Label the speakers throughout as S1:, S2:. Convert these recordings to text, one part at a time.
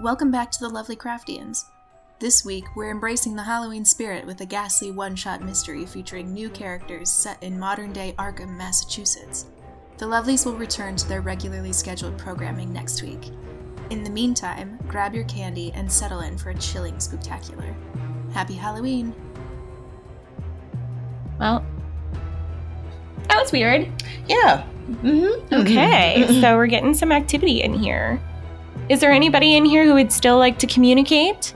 S1: Welcome back to the Lovely Craftians. This week, we're embracing the Halloween spirit with a ghastly one shot mystery featuring new characters set in modern day Arkham, Massachusetts. The Lovelies will return to their regularly scheduled programming next week. In the meantime, grab your candy and settle in for a chilling spectacular. Happy Halloween!
S2: Well, that was weird.
S3: Yeah. Mm-hmm.
S2: Okay, so we're getting some activity in here. Is there anybody in here who would still like to communicate?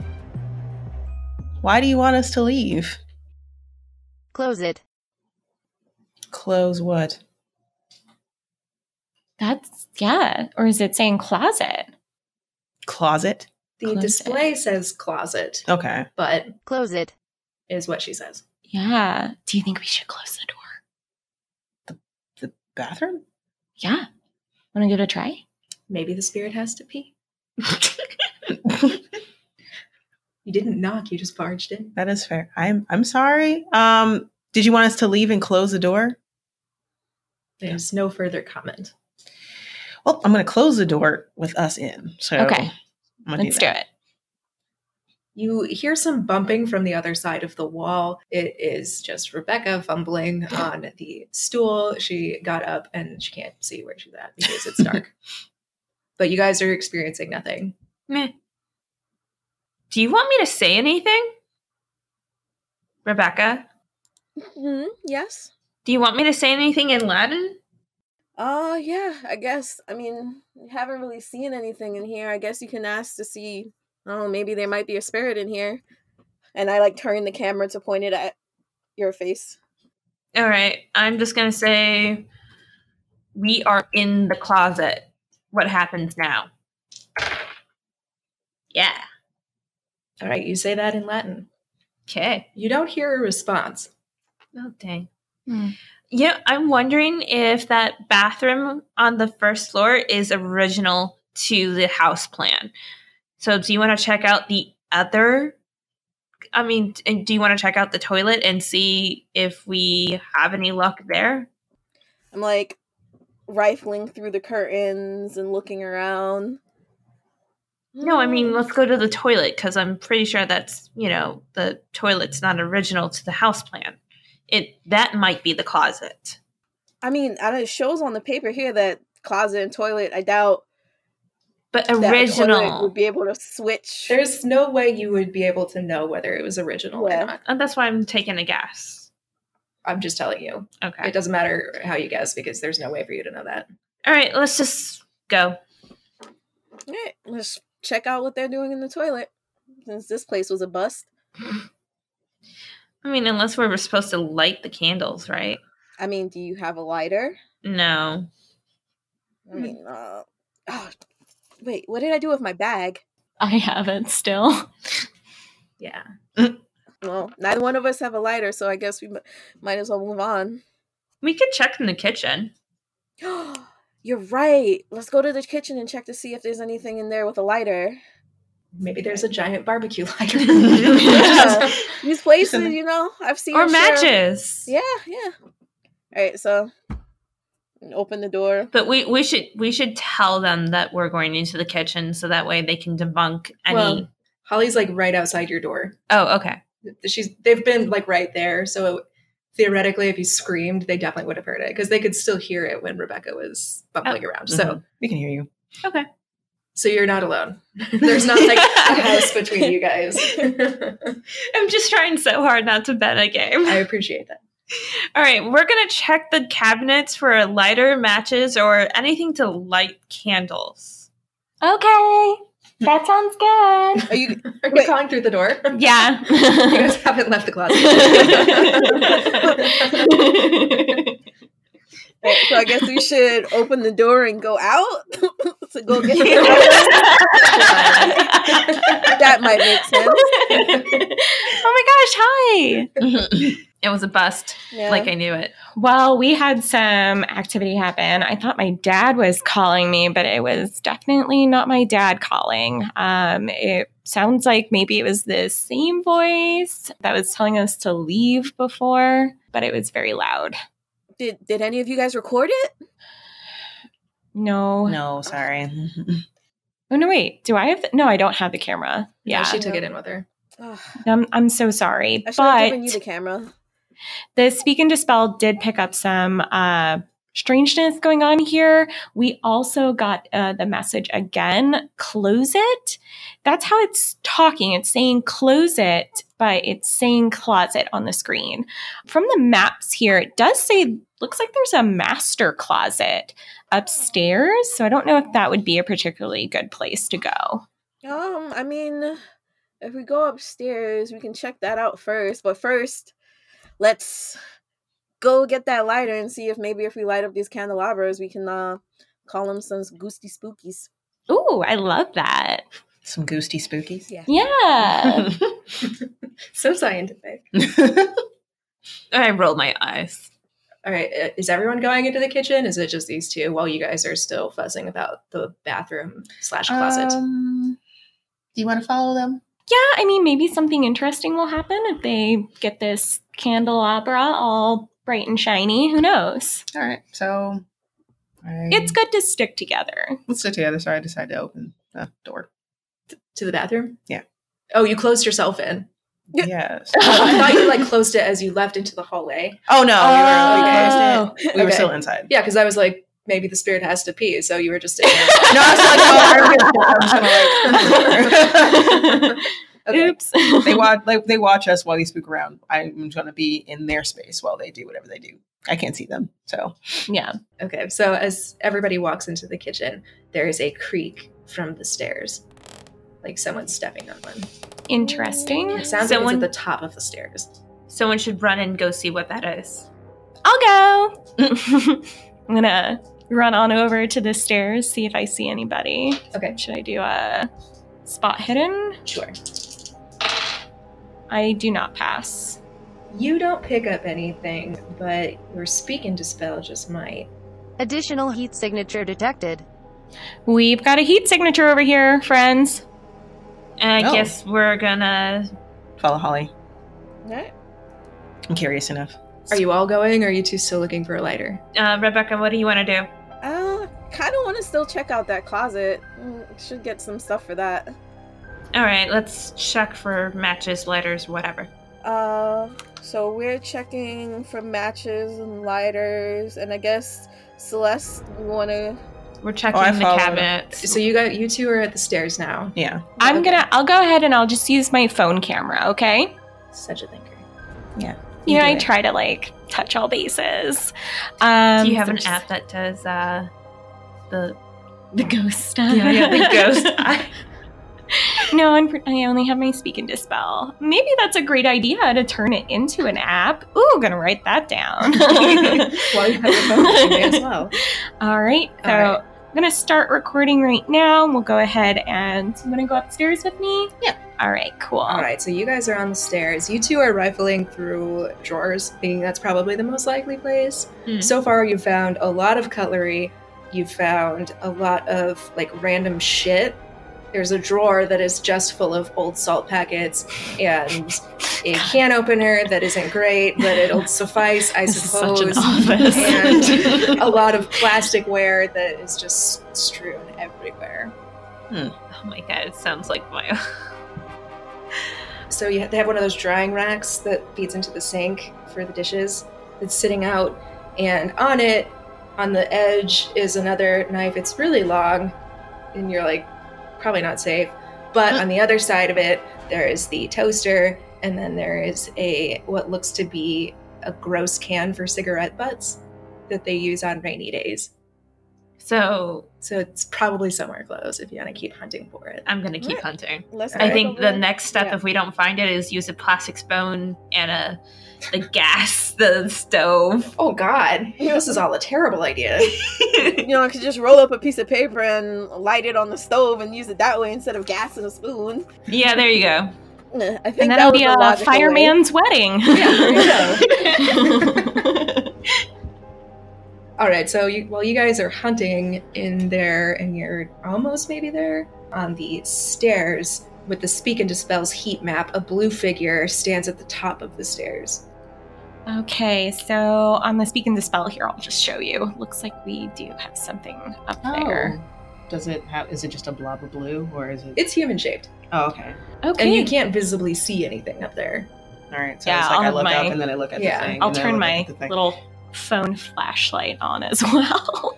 S3: Why do you want us to leave?
S4: Close it.
S3: Close what?
S2: That's, yeah. Or is it saying closet?
S3: Closet?
S5: The
S2: Closet.
S5: display says closet,
S3: Okay.
S5: but
S4: Close it.
S5: is what she says.
S2: Yeah. Do you think we should close the door?
S3: The bathroom?
S2: Yeah. Want to give it a try?
S5: Maybe the spirit has to pee. You didn't knock, you just barged in.
S3: That is fair. I'm I'm sorry. Um did you want us to leave and close the door?
S5: There's no further comment.
S3: Well, I'm going to close the door with us in. So
S2: Okay.
S3: I'm gonna
S2: Let's do it.
S5: You hear some bumping from the other side of the wall. It is just Rebecca fumbling on the stool. She got up and she can't see where she's at because it's dark. but you guys are experiencing nothing.
S6: Meh. Do you want me to say anything? Rebecca, Mm-hmm,
S7: hmm Yes.
S6: do you want me to say anything in Latin?
S7: Uh, yeah, I guess. I mean, you haven't really seen anything in here. I guess you can ask to see, oh, maybe there might be a spirit in here. And I like turn the camera to point it at your face.
S6: All right, I'm just going to say we are in the closet. What happens now? Yeah.
S5: All right, you say that in Latin.
S6: Okay.
S5: You don't hear a response.
S6: Oh, dang.
S2: Hmm.
S6: Yeah, I'm wondering if that bathroom on the first floor is original to the house plan. So, do you want to check out the other? I mean, and do you want to check out the toilet and see if we have any luck there?
S7: I'm like rifling through the curtains and looking around.
S6: No, I mean,
S7: Hmm.
S6: let's go to the toilet because I'm pretty sure that's, you know, the toilet's not original to the house plan. It that might be the closet.
S7: I mean, I don't- it shows on the paper here that closet and toilet. I doubt
S6: But
S7: that a toilet
S6: original.
S7: would be able to switch.
S5: There's no way you would be able to know whether it was original
S7: Yeah.
S5: or not.
S6: And Uh, that's why I'm taking a guess.
S5: I'm just telling you.
S6: Okay.
S5: It doesn't matter how you guess because there's no way for you to know that.
S6: All right, let's just go.
S7: Alright, let's check out what they're doing in the toilet. Since this place was a bust.
S6: I mean, unless we were supposed to light the candles, right?
S7: I mean, do you have a lighter?
S6: No.
S7: I mean, uh, oh, wait, what did I do with my bag?
S2: I have it still.
S6: Yeah.
S7: Well, neither one of us have a lighter, so I guess we m- might as well move on.
S6: We could check in the kitchen.
S7: You're right. Let's go to the kitchen and check to see if there's anything in there with a lighter.
S5: Maybe there's a giant barbecue lighter.
S7: Yeah. These places,
S3: Something-
S7: you know, I've seen.
S6: or
S7: your share of-
S6: matches.
S7: Yeah, yeah. All right, so open the door.
S6: But we, we should we should tell them that we're going into the kitchen so that way they can debunk any
S5: Well- Holly's like right outside your door.
S6: Oh, okay.
S5: She's they've been like right there, so theoretically, if you screamed, they definitely would have heard it because they could still hear it when Rebecca was
S6: Oh,
S5: bumbling around.
S6: mm-hmm.
S5: So,
S3: Mhm. we can hear you.
S5: so you're not alone. There's not like a house between you guys.
S6: I'm just trying so hard not to bet a game.
S5: I appreciate that.
S6: All right, we're gonna check the cabinets for a lighter, matches, or anything to light candles.
S2: Okay. That sounds good.
S7: Are you?
S5: Are you
S7: Wait.
S5: calling through the door?
S2: Yeah.
S5: You guys haven't left the closet.
S7: alright, so I guess we should open the door and go out to go get. that might make sense.
S2: oh my gosh, hi.
S6: it was a bust.
S7: Yeah.
S6: Like I knew it.
S2: Well, we had some activity happen. I thought my dad was calling me, but it was definitely not my dad calling. Um, it sounds like maybe it was the same voice that was telling us to leave before, but it was very loud.
S7: Did did any of you guys record it?
S2: No.
S3: Mm-hmm. No, sorry.
S2: Oh no, wait. Do I have? The, no, I don't have the camera.
S5: Yeah,
S2: Yeah,
S5: she took it in with her.
S7: Ugh.
S2: I'm, I'm so sorry.
S7: I should have
S2: But
S7: given you the camera.
S2: the speak and dispel did pick up some uh, strangeness going on here. We also got uh, the message again: close it. That's how it's talking. It's saying close it, but it's saying closet on the screen. From the maps here, it does say looks like there's a master closet upstairs. So I don't know if that would be a particularly good place to go.
S7: Um, I mean, if we go upstairs, we can check that out first. But first, let's go get that lighter and see if maybe if we light up these candelabras, we can uh call them some goosty spookies.
S2: Ooh, I love that.
S3: Some goosty spookies.
S7: Yeah.
S6: Um,
S2: Yeah.
S5: so scientific.
S6: I rolled my eyes.
S5: All right, uh, is everyone going into the kitchen? Is it just these two while you guys are still fussing about the bathroom slash closet?
S3: Um, do you want to follow them?
S2: yeah, I mean, maybe something interesting will happen if they get this candelabra all bright and shiny. Who knows?
S3: All right. So I,
S2: It's good to stick together.
S3: Let's sit together. So I decided to open the door.
S5: to the bathroom?
S3: Yeah.
S5: Oh, you closed yourself in.
S7: Yeah.
S3: Yes.
S5: Oh, I thought you like closed it as you left into the hallway.
S3: oh no.
S5: Oh.
S3: we were, okay. we were
S5: Okay.
S3: still inside.
S5: Yeah, because I was like, maybe the spirit has to pee, so you were just. sitting there.
S3: No, I was like, oh, I'm just gonna, like-
S5: Okay.
S2: Oops.
S3: they watch like they watch us while they spook around. I'm gonna be in their space while they do whatever they do. I can't see them. So
S2: yeah.
S5: Okay, so as everybody walks into the kitchen, there is a creak from the stairs, like someone's stepping on one.
S2: Interesting.
S5: It sounds
S6: Someone-
S5: like it's at the top of the stairs.
S6: Someone should run and go see what that is.
S2: I'll go. I'm going to run on over to the stairs, see if I see anybody.
S5: Okay.
S2: Should I do a spot hidden?
S5: Sure.
S2: I do not pass.
S5: You don't pick up anything, but your speak and dispel just might.
S4: Additional heat signature detected.
S2: We've got a heat signature over here, friends.
S6: I
S3: No.
S6: guess we're gonna.
S3: follow Holly.
S7: Alright.
S3: I'm curious enough.
S5: Are you all going, or are you two still looking for a lighter?
S6: Uh, Rebecca, what do you want to do?
S7: Uh, kind of want to still check out that closet. Mm, Should get some stuff for that.
S6: All right, let's check for matches, lighters, whatever.
S7: Uh, so we're checking for matches and lighters, and I guess Celeste, we want to.
S6: We're checking
S3: I
S6: the
S3: followed.
S6: cabinets.
S5: So you got you two are at the stairs now.
S3: Yeah.
S2: I'm gonna. I'll go ahead and I'll just use my phone camera. Okay.
S5: Such a thinker.
S2: You,
S3: You
S2: know,
S3: do
S2: I
S3: it.
S2: try to like touch all bases. Um,
S6: do you have
S2: so
S6: an
S2: just-
S6: app that does uh, the?
S2: The ghost stuff.
S6: Yeah, yeah, the ghost. I-
S2: no, I'm, pr- I only have my speak and dispel. Maybe that's a great idea to turn it into an app. Ooh, gonna write that down.
S5: Well, you have your phone with you may as well.
S2: All right. So
S5: All right.
S2: I'm going to start recording right now. We'll go ahead and you want to go upstairs with me?
S3: Yeah.
S2: All right. Cool.
S5: All right, so you guys are on the stairs. You two are rifling through drawers, thinking that's probably the most likely place.
S6: Hmm.
S5: So far, you've found a lot of cutlery. You've found a lot of like random shit. There's a drawer that is just full of old salt packets and a can opener that isn't great, but it'll suffice, I
S6: This is such
S5: suppose.
S6: an office.
S5: and a lot of plasticware that is just strewn everywhere.
S6: oh my god, it sounds like my.
S5: So you they have one of those drying racks that feeds into the sink for the dishes. It's sitting out, and on it, on the edge, is another knife. It's really long, and you're like, probably not safe. But on the other side of it, there is the toaster, and then there is a what looks to be a gross can for cigarette butts that they use on rainy days.
S6: So
S5: So it's probably somewhere close if you want to keep hunting for it.
S6: I'm gonna keep
S7: Right.
S6: hunting.
S7: Let's
S6: I
S5: Alright.
S7: go
S6: think
S7: over
S6: the
S7: there.
S6: next step,
S7: Yeah.
S6: if we don't find it, is use a plastic spoon and a the gas, the stove.
S5: Oh God, this is all a terrible idea.
S7: You know, I could just roll up a piece of paper and light it on the stove and use it that way instead of gas and a spoon.
S6: Yeah, there you go.
S7: Eh, I think
S2: And
S7: that
S2: that'll
S7: was
S2: be a
S7: the logical way.
S2: fireman's wedding.
S5: Yeah, All right, so you, while you guys are hunting in there, and you're almost maybe there on the stairs with the Speak and Dispel's heat map, a blue figure stands at the top of the stairs.
S2: Okay, so
S3: Oh.
S2: Oh. on the speak and dispel here, I'll just show you. Looks like we do have something up there.
S3: Does it have? Is it just a blob of blue, or is it?
S5: It's human shaped,
S3: oh, okay.
S2: Okay.
S5: and you can't visibly see anything up there.
S3: All right. So
S2: Yeah,
S3: it's like
S2: I'll
S3: I
S2: have
S3: look
S2: my-
S3: up and then I look at
S5: Yeah.
S3: the thing.
S2: I'll
S3: and then I
S2: turn
S3: look at
S2: my
S3: the thing.
S2: little phone flashlight on as well.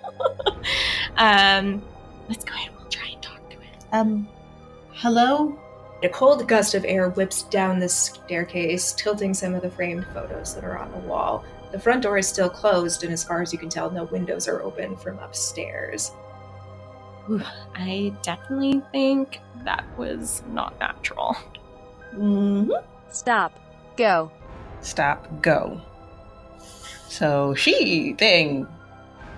S2: um, let's go ahead. We'll try and talk to it.
S3: Um, hello.
S5: A cold gust of air whips down the staircase, tilting some of the framed photos that are on the wall. The front door is still closed, and as far as you can tell, no windows are open from upstairs.
S2: Ooh, I definitely think that was not natural.
S3: Mm.
S4: Stop. Go.
S3: Stop. Go. So she thing.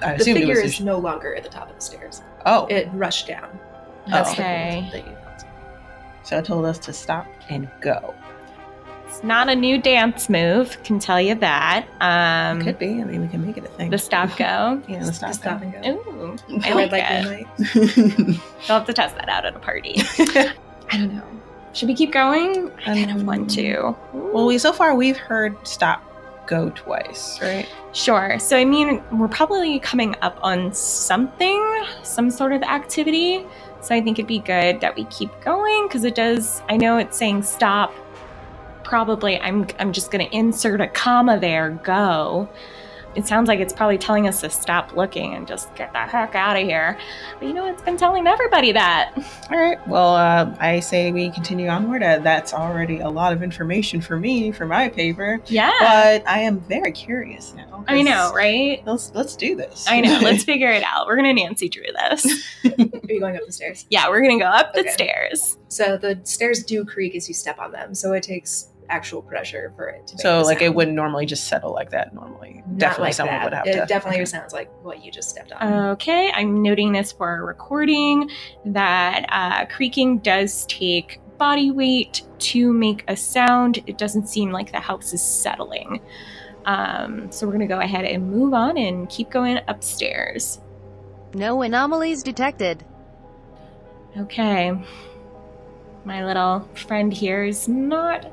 S3: I
S5: The
S3: assumed it
S5: figure
S3: was. a
S5: is
S3: sh-
S5: no longer at the top of the stairs.
S3: oh,
S5: It rushed down. That's
S2: Okay.
S5: the cold that you felt.
S3: so it told us to stop and go.
S2: It's not a new dance move, can tell you that. Um,
S3: Could be. I mean, we can make it a thing.
S2: The stop go.
S3: Yeah, the stop.
S5: The stop and go.
S2: Ooh, I
S5: The
S2: like
S5: red light,
S2: it.
S5: green light.
S2: I'll have to test that out at a party. I don't know. Should we keep going? Um, I kind of want to.
S3: well, we so far we've heard stop, go twice, right?
S2: Sure. So, I mean, we're probably coming up on something, some sort of activity. So, I think it'd be good that we keep going because it does. I know it's saying stop. Probably, I'm. I'm just going to insert a comma there. Go. It sounds like it's probably telling us to stop looking and just get the heck out of here. But you know, it's been telling everybody that.
S3: All right. Well, uh, I say we continue onward. Uh, that's already a lot of information for me for my paper,
S2: Yeah.
S3: but I am very curious now.
S2: I know,
S3: 'cause
S2: right?
S3: Let's let's do this.
S2: I know. Let's figure it out. We're gonna Nancy Drew this.
S5: Are you going up the stairs?
S2: Yeah, we're gonna go up the
S5: Okay.
S2: stairs.
S5: So the stairs do creak as you step on them. So it takes actual pressure for it to. Make
S3: so
S5: the
S3: like it
S5: sound.
S3: wouldn't normally just settle like that. Normally,
S5: Not
S3: definitely
S5: like
S3: someone
S5: that.
S3: would have
S5: It
S3: to.
S5: definitely
S3: okay. Um,
S5: sounds like what you just stepped on.
S2: Okay, I'm noting this for recording that uh, creaking does take body weight to make a sound. It doesn't seem like the house is settling. Um, so we're gonna go ahead and move on and keep going upstairs.
S4: No anomalies detected.
S2: Okay. My little friend here is not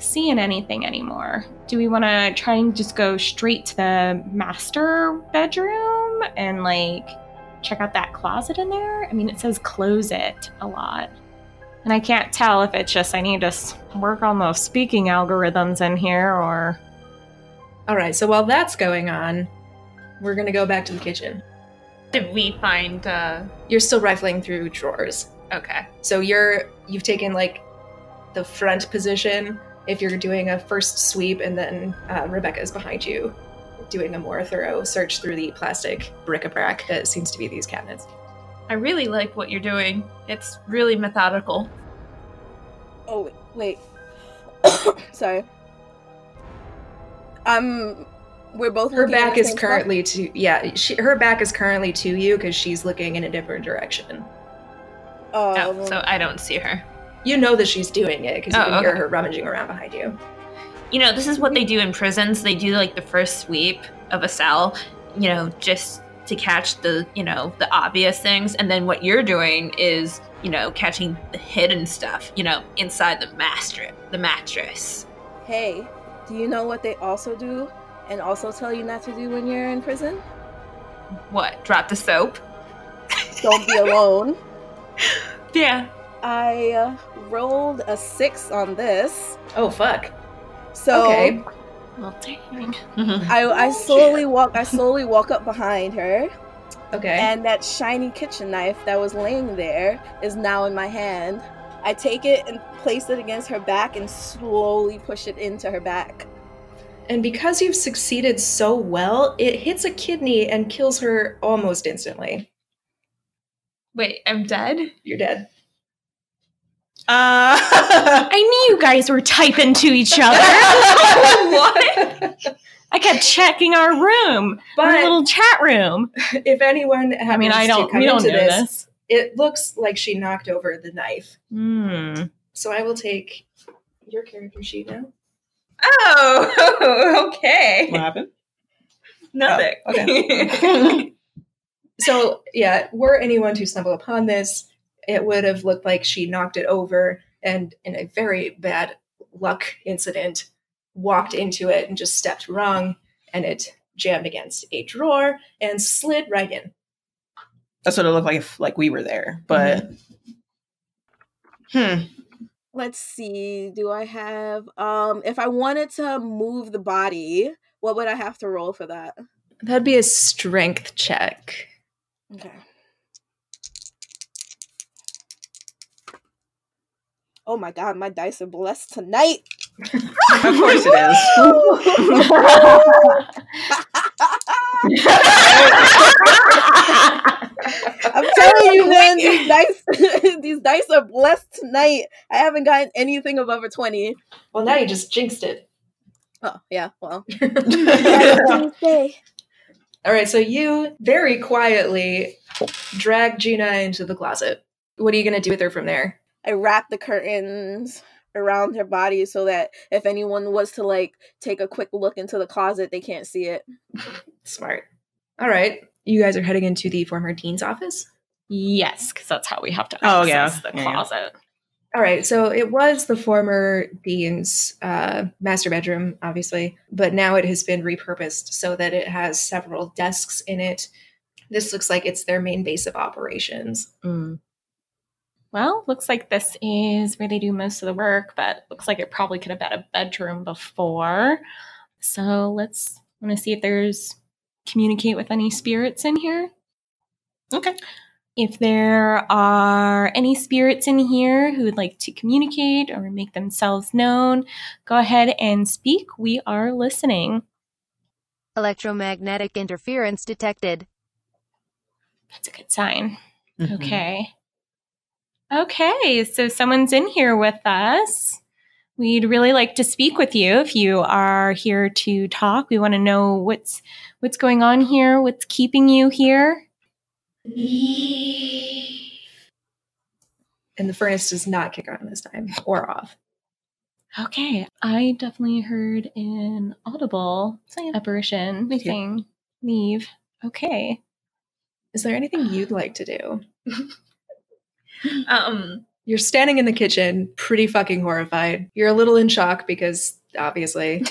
S2: seeing anything anymore. Do we want to try and just go straight to the master bedroom and like check out that closet in there? I mean, it says close it a lot. And I can't tell if it's just I need to s- work on those speaking algorithms in here or.
S5: All right. So while that's going on, we're gonna go back to the kitchen.
S6: Did we find? uh
S5: You're still rifling through drawers.
S6: Okay.
S5: So you're you've taken like the front position if you're doing a first sweep, and then uh, Rebecca's behind you, doing a more thorough search through the plastic bric-a-brac that seems to be these cabinets.
S6: I really like what you're doing. It's really methodical.
S7: Oh wait, wait. sorry. I'm. We're both.
S5: Her
S7: looking at
S5: back
S7: the
S5: is
S7: same
S5: currently to yeah. She, her back is currently to you because she's looking in a different direction.
S7: spot? Oh,
S6: Oh,
S7: well,
S6: so I don't see her.
S5: You know that she's doing it because you
S6: Oh,
S5: can hear
S6: okay.
S5: her rummaging around behind you.
S6: You know, this is what they do in prisons. They do like the first sweep of a cell, you know, just to catch the, you know, the obvious things. And then what you're doing is, you know, catching the hidden stuff, you know, inside the master, the mattress.
S7: hey, do you know what they also do, and also tell you not to do when you're in prison?
S6: What? Drop the soap?
S7: Don't be alone.
S6: Yeah.
S7: I uh, rolled a six on this,
S5: Oh fuck.
S7: so
S5: Okay.
S2: Well, dang.
S7: I, I slowly walk. I slowly walk up behind her,
S5: Okay.
S7: and that shiny kitchen knife that was laying there is now in my hand. I take it and place it against her back and slowly push it into her back.
S5: And because you've succeeded so well, it hits a kidney and kills her almost instantly.
S6: Wait, I'm dead?
S5: You're dead.
S3: Uh,
S2: I knew you guys were typing to each other.
S5: what?
S2: I kept checking our room, our
S5: But
S2: little chat room.
S5: if anyone happens
S2: I mean, I
S5: to
S2: don't.
S5: come
S2: We don't
S5: into
S2: know
S5: this,
S2: this.
S5: it looks like she knocked over the knife.
S2: Hmm.
S5: So I will take your character sheet now.
S6: Oh, okay.
S3: what happened?
S6: Nothing.
S3: Oh, okay.
S5: So yeah, were anyone to stumble upon this, it would have looked like she knocked it over and in a very bad luck incident, walked into it and just stepped wrong and it jammed against a drawer and slid right in.
S3: That's what it looked like if like we were
S5: Mm-hmm.
S3: there. But hmm.
S7: Let's see. Do I have um if I wanted to move the body, what would I have to roll for that?
S5: That'd be a strength check.
S7: Okay. Oh my god, my dice are blessed tonight.
S3: Of course it is.
S7: I'm telling you, man, these dice, these dice are blessed tonight. I haven't gotten anything above a twenty.
S5: Well, now you just jinxed it.
S7: Oh yeah, well.
S5: All right, so you very quietly drag Gina into the closet. What are you going to do with her from there?
S7: I wrapped the curtains around her body so that if anyone was to like take a quick look into the closet, they can't see it.
S5: Smart. All right, you guys are heading into the former dean's office.
S2: Yes, because that's how we have to
S3: Oh, yeah.
S2: access the
S3: Yeah, yeah.
S2: closet.
S5: All right, so it was the former dean's uh, master bedroom, obviously, but now it has been repurposed so that it has several desks in it. This looks like it's their main base of operations.
S2: Well, looks like this is where they do most of the work, but looks like it probably could have been a bedroom before. So let's want to see if there's communicate with any spirits in here. Okay. If there are any spirits in here who would like to communicate or make themselves known, go ahead and speak. We are listening.
S4: Electromagnetic interference detected.
S2: That's a good sign.
S3: Mhm.
S2: Okay. Okay, so someone's in here with us. We'd really like to speak with you if you are here to talk. We want to know what's what's going on here, what's keeping you here.
S5: And the furnace does not kick on this time or off.
S2: Okay, I definitely heard an audible apparition
S3: Thank you.
S2: thing. Leave. Okay.
S5: Is there anything you'd like to do?
S6: Um,
S5: You're standing in the kitchen, pretty fucking horrified. You're a little in shock because obviously.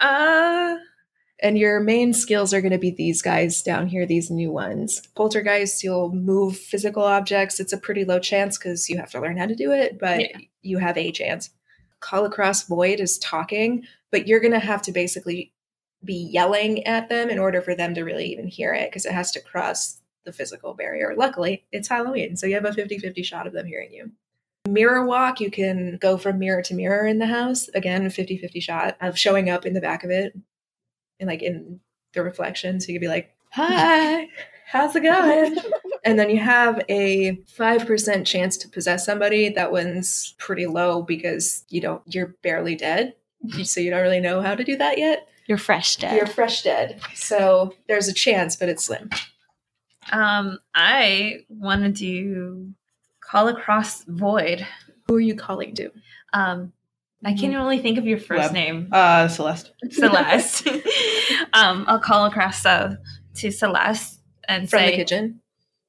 S6: uh,
S5: and your main skills are going to be these guys down here, these new ones. Poltergeists, you'll move physical objects. It's a pretty low chance because you have to learn how to do it, but
S6: Yeah.
S5: you have a chance. Call across void is talking, but you're going to have to basically be yelling at them in order for them to really even hear it because it has to cross the physical barrier. Luckily, it's Halloween, so you have a 50 50 shot of them hearing you. Mirror walk, you can go from mirror to mirror in the house. Again, 50 50 shot of showing up in the back of it and like in the reflection. So you could be like, hi, how's it going? and then you have a 5% chance to possess somebody. That one's pretty low because you don't, you're barely dead. So you don't really know how to do that yet.
S2: You're fresh dead.
S5: You're fresh dead. So there's a chance, but it's slim.
S6: um, I want to do call across void.
S5: Who are you calling to?
S6: Um, I can't really think of your first
S3: Web.
S6: name,
S3: Uh Celeste.
S6: Celeste. um, I'll call across uh, to Celeste and
S5: From
S6: say,
S5: the kitchen?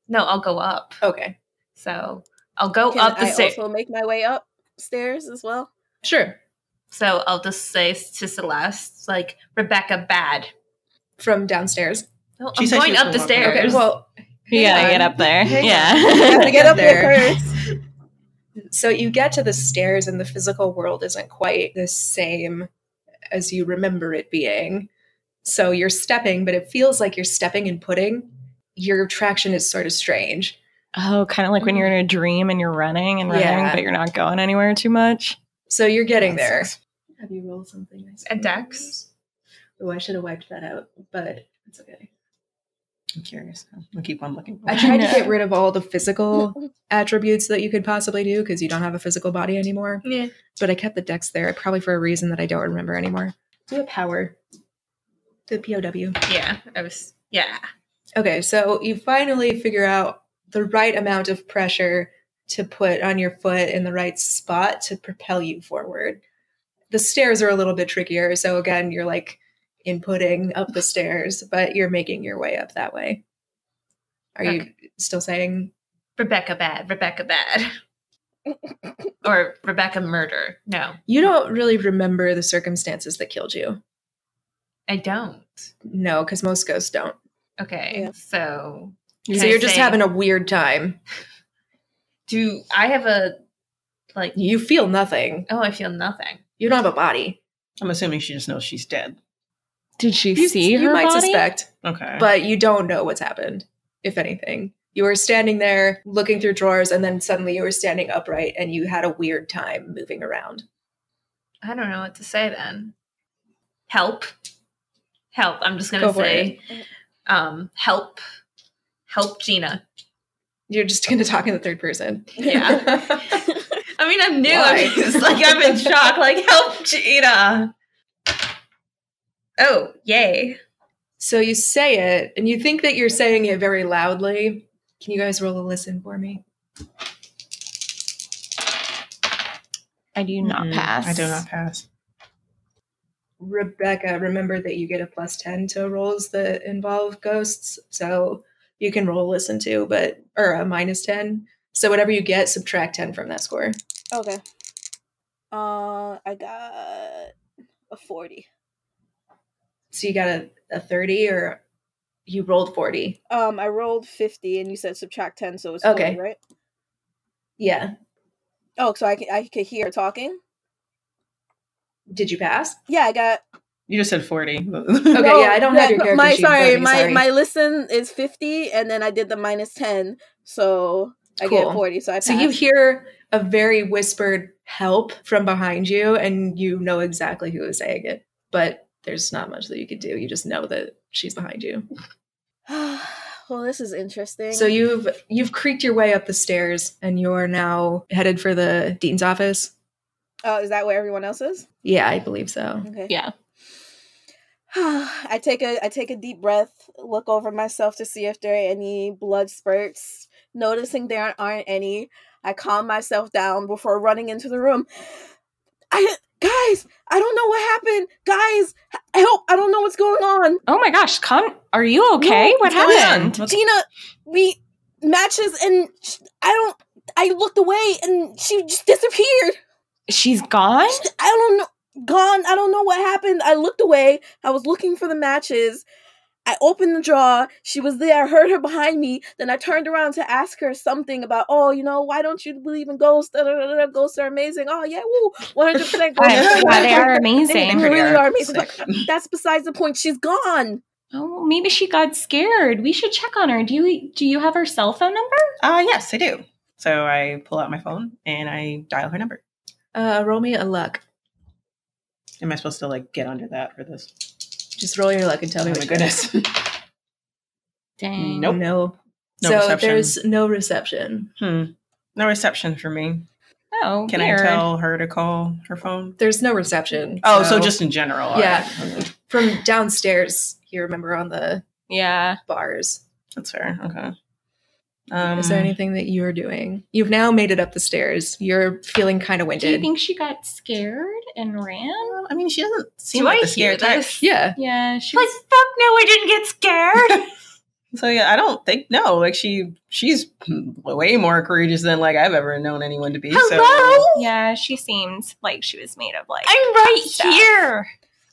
S6: "No, I'll go up."
S5: Okay.
S6: So I'll go
S7: Can
S6: up the
S7: I
S6: stairs.
S7: also make my way upstairs as well?
S5: Sure.
S6: so I'll just say to Celeste, like Rebecca, bad.
S5: From downstairs.
S6: No,
S3: She
S6: I'm
S3: said she
S6: going
S3: was
S6: up the
S3: gonna walk up.
S6: stairs.
S5: Okay. Well,
S2: you gotta
S5: hang
S2: get
S5: on.
S2: up there.
S5: Hang on.
S2: Yeah.
S7: Gotta get up there first.
S5: So you get to the stairs, and the physical world isn't quite the same as you remember it being. So you're stepping, but it feels like you're stepping and putting. Your traction is sort of strange.
S2: oh, kind of like when you're in a dream and you're running and running,
S5: Yeah.
S2: but you're not going anywhere too much.
S5: So you're getting
S3: That
S5: there.
S3: sucks.
S5: Have you rolled something? nice?
S6: A dex.
S5: Oh, I should have wiped that out, but it's okay.
S3: I'm curious. I'll keep on looking.
S5: I tried to
S2: No.
S5: get rid of all the physical attributes that you could possibly do because you don't have a physical body anymore.
S6: Yeah.
S5: But I kept the dex there, probably for a reason that I don't remember anymore. Do a power. The POW.
S6: Yeah. I was. Yeah.
S5: Okay, so you finally figure out the right amount of pressure to put on your foot in the right spot to propel you forward. The stairs are a little bit trickier, so again, you're like inputting up the stairs, but you're making your way up that way. Are
S6: Okay.
S5: you still saying
S6: Rebecca bad, Rebecca bad. or Rebecca murder. No,
S5: you don't really remember the circumstances that killed you?
S6: I don't.
S5: No, because most ghosts don't.
S6: Okay.
S7: Yeah.
S6: So
S5: So
S6: I
S5: you're just
S6: say-
S5: having a weird time.
S6: Do I have a like?
S5: You feel nothing.
S6: Oh, I feel nothing.
S5: You don't have a body.
S3: I'm assuming she just knows she's dead.
S2: Did she
S5: You,
S2: see
S5: you
S2: her
S5: might
S2: body?
S5: suspect,
S3: Okay.
S5: but you don't know what's happened, if anything. You were standing there looking through drawers, and then suddenly you were standing upright and you had a weird time moving around.
S6: I don't know what to say then. Help, help. I'm just gonna
S5: Go for
S6: say, um, help, help, Gina.
S5: You're just going to talk in the third person.
S6: Yeah. I mean, I'm new.
S5: Why?
S6: I'm just like I'm in shock. Like help, Gina. Oh, yay!
S5: so you say it, and you think that you're saying it very loudly. Can you guys roll a listen for me?
S2: I do not
S3: Mm-mm.
S2: pass.
S3: I do not pass.
S5: Rebecca, remember that you get a plus 10 to rolls that involve ghosts. So you can roll listen to, but, or a minus 10. So whatever you get, subtract 10 from that score.
S7: Okay. Uh, I got a forty.
S5: So you got a, a 30 or you rolled 40.
S7: Um, I rolled fifty, and you said subtract ten, so it's
S5: Okay.
S7: 40, right?
S5: Yeah.
S7: Oh, so I can, I could hear talking.
S5: Did you pass?
S7: Yeah, I got.
S3: You just said 40.
S5: Okay,
S7: No,
S5: yeah, I don't have your
S7: that-
S5: character
S7: my,
S5: sheet in front of
S7: sorry,
S5: me,
S7: my
S5: sorry.
S7: my listen is fifty, and then I did the minus ten, so I
S5: Cool.
S7: get forty. So I
S5: So you
S7: passed.
S5: hear a very whispered help from behind you, and you know exactly who is saying it, but there's not much that you could do. You just know that she's behind you.
S7: well, this is interesting.
S5: So you've you've creaked your way up the stairs and you're now headed for the dean's office.
S7: oh, is that where everyone else is?
S5: Yeah, I believe so.
S7: Okay.
S2: Yeah.
S7: I take a I take a deep breath, look over myself to see if there are any blood spurts. Noticing there aren't any, I calm myself down before running into the room. I guys, I don't know what happened. Guys, help! I don't know what's going on.
S2: Oh my gosh, come. Are you okay?
S7: No,
S2: what
S7: what's going
S2: happened?
S7: Gina, we matches and sh- I don't. I looked away and she just disappeared.
S2: She's gone?
S7: I don't know. Gone. I don't know what happened. I looked away. I was looking for the matches. I opened the drawer. She was there. I heard her behind me. Then I turned around to ask her something about, oh, you know, why don't you believe in ghosts? Da, da, da, da, Ghosts are amazing. Oh, yeah, woo. 100%
S2: I- yeah, they are
S7: ghosts. They
S2: amazing.
S7: really are amazing.
S3: Sick.
S7: That's besides the point. She's gone.
S2: Oh, maybe she got scared. We should check on her. Do you do you have her cell phone number?
S3: Uh, yes, I do. So I pull out my phone and I dial her number.
S5: Uh, roll me a luck.
S3: Am I supposed to like get under that for this?
S5: Just roll your luck and tell
S3: Oh
S5: me.
S3: my
S5: which
S3: goodness.
S2: Dang.
S5: one.
S3: Nope.
S5: No.
S3: No
S5: so
S3: reception.
S5: there's no reception.
S3: hmm. No reception for me.
S2: Oh,
S3: Can
S2: weird.
S3: I tell her to call her phone?
S5: There's no reception.
S3: Oh, so, just in general. all
S5: Yeah.
S3: right.
S5: from downstairs. You remember on the
S2: Yeah.
S5: bars.
S3: That's fair. Okay. Um,
S5: Is there anything that you're doing? You've now made it up the stairs. You're feeling kind of
S2: Do you
S5: winded.
S2: think she got scared and ran?
S3: I mean, she doesn't seem
S6: Do
S3: like
S6: I
S3: the
S6: hear
S3: scary type.
S6: this?
S5: yeah.
S2: Yeah, she
S6: Like
S2: was
S6: fuck no, I didn't get scared.
S3: So yeah, I don't think no. Like she, she's way more courageous than like I've ever known anyone to be.
S6: Hello,
S3: So,
S2: Yeah, she seemed like she was made of like
S6: I'm right
S2: stuff.
S6: here.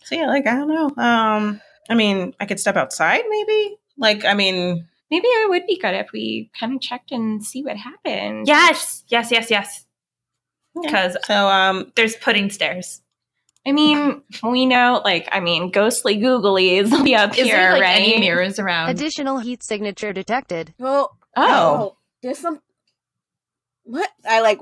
S3: so yeah, like I don't know. Um, I mean, I could step outside maybe. Like I mean,
S2: Maybe it would be good if we kind of checked and see what happened.
S6: Yes, yes, yes, yes.
S3: Okay.
S6: Because
S3: so um,
S6: there's pudding stairs.
S2: I mean, we know, like, I mean, ghostly googlies will be up here, right?
S6: mirrors
S2: Um.
S6: around?
S4: Additional heat signature detected.
S7: Well,
S2: Oh,
S7: there's some. What? I like.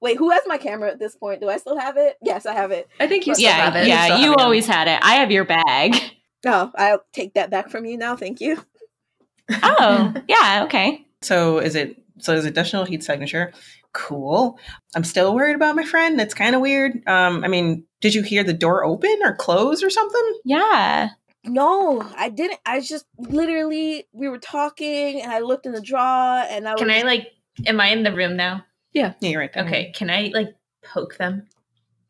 S7: Wait, who has my camera at this point? Do I still have it? Yes, I have it.
S5: I think you still
S2: yeah,
S5: have it.
S2: yeah.
S3: Still
S2: You
S3: have it.
S2: always had it. I have your bag.
S7: No, I'll take that back from you now. Thank you.
S2: Oh, yeah. Okay.
S3: so is it so is additional heat signature? Cool. I'm still worried about my friend. That's kind of weird. Um, I mean, did you hear the door open or close or something?
S2: Yeah.
S7: No, I didn't. I just literally we were talking, and I looked in the drawer, and I was.
S6: Can I like? Am I in the room now?
S3: Yeah, you're right. there.
S6: Okay. Can I like poke them?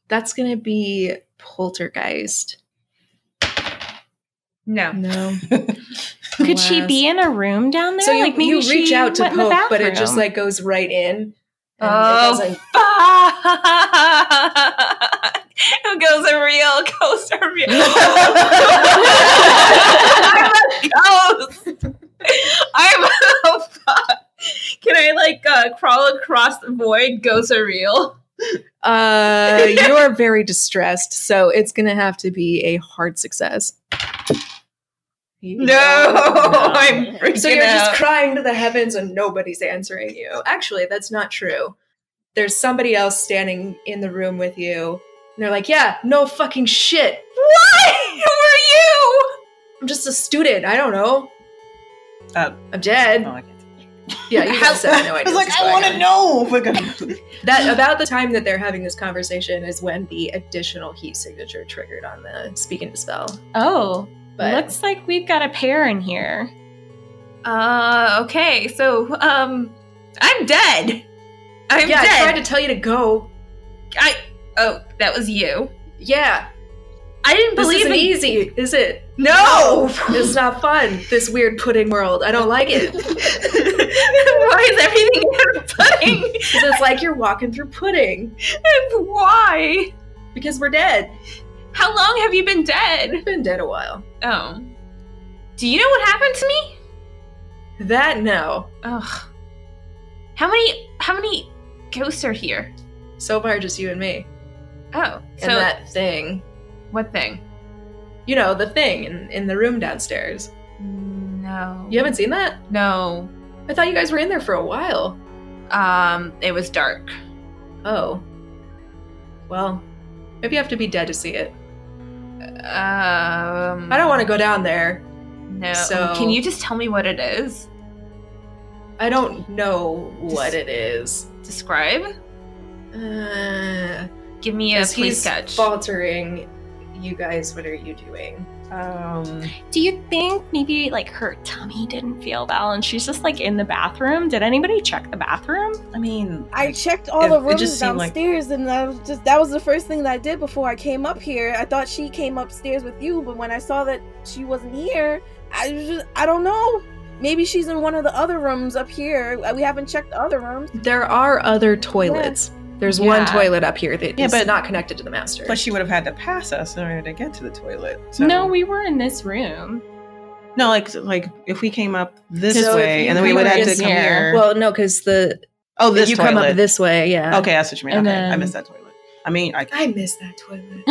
S5: That's going to be poltergeist.
S6: No.
S5: No.
S2: Could she
S5: Alas.
S2: be in a room down there?
S5: So you,
S2: like maybe
S5: you reach
S2: she
S5: out to
S2: went in the
S5: poke, but it just
S2: bathroom.
S5: like goes right in. and it
S6: Oh
S5: doesn't-
S6: fuck! Goes a real, goes a real. I'm a ghost. I'm a Oh fuck! Can I like uh, crawl across the void? Ghosts are real.
S5: Uh, you are very distressed, so it's gonna have to be a hard success.
S6: No, I'm freaking
S5: So you're
S6: out.
S5: just crying to the heavens and nobody's answering you. Actually, that's not true. There's somebody else standing in the room with you, and they're like, "Yeah, no fucking shit.
S6: what? Who are you?
S5: I'm just a student. I don't know.
S3: Uh,
S5: I'm dead.
S3: oh, I can't.
S5: Yeah, you guys have no idea.
S3: I was like,
S5: what's
S3: I
S5: going
S3: want
S5: on.
S3: to know. If we're gonna...
S5: That about the time that they're having this conversation is when the additional heat signature triggered on the speak and dispel.
S2: Oh,
S5: But
S2: looks like we've got a pair in here.
S6: Uh, okay. So, um, I'm dead. I'm
S5: yeah, I
S6: dead.
S5: tried to tell you to go.
S6: I. Oh, that was you.
S5: Yeah,
S6: I didn't
S5: this
S6: believe
S5: isn't
S6: in
S5: easy, is it?
S6: No.
S5: it's not fun. This weird pudding world. I don't like it. 'Cause
S6: Why is everything in pudding?
S5: it's like you're walking through pudding
S6: And Why?
S5: because we're dead.
S6: How long have you been dead?
S5: We've been dead a while.
S6: Oh. Do you know what happened to me?
S5: That no.
S6: Ugh. How many? How many ghosts are here?
S5: So far, just you and me.
S6: Oh, so
S5: And that thing.
S6: what thing?
S5: You know the thing in, in the room downstairs.
S6: No.
S5: You haven't seen that?
S6: No.
S5: I thought you guys were in there for a while.
S6: Um, it was dark.
S5: Oh. Well, maybe you have to be dead to see it.
S6: Um,
S5: I don't want to go down there.
S6: No.
S5: So-
S6: Can you just tell me what it is?
S5: I don't know what it is.
S6: Describe.
S5: Uh,
S6: Give me a
S5: as
S6: please
S5: he's
S6: sketch.
S5: faltering. You guys, what are you doing?
S3: um,
S2: Do you think maybe like her tummy didn't feel well and she's just like in the bathroom? Did anybody check the bathroom?
S3: I mean,
S7: I checked all
S3: It-
S7: the
S3: it just
S7: rooms
S3: seemed like-
S7: downstairs, and that was just that was the first thing that I did before I came up here. I thought she came upstairs with you, but when I saw that she wasn't here, I was just I don't know. Maybe she's in one of the other rooms up here. We haven't checked the other rooms.
S5: There are other toilets. There's
S2: Yeah.
S5: one toilet up here that is
S3: Yeah, but-
S5: not connected to the master.
S3: but she would have had to pass us in order to get to the toilet. So.
S2: No, we were in this room.
S3: no, like like if we came up this
S5: So if
S3: way,
S5: you
S3: and then we
S5: come
S3: would
S5: up
S3: have to
S2: this
S3: come
S2: here-
S3: here.
S5: well, no, because the
S3: oh, this
S5: you
S3: toilet.
S5: come up this way. Yeah.
S3: okay, that's what you mean.
S2: And
S3: Okay, I
S2: then-
S3: missed that toilet. I mean, I
S5: I miss that toilet.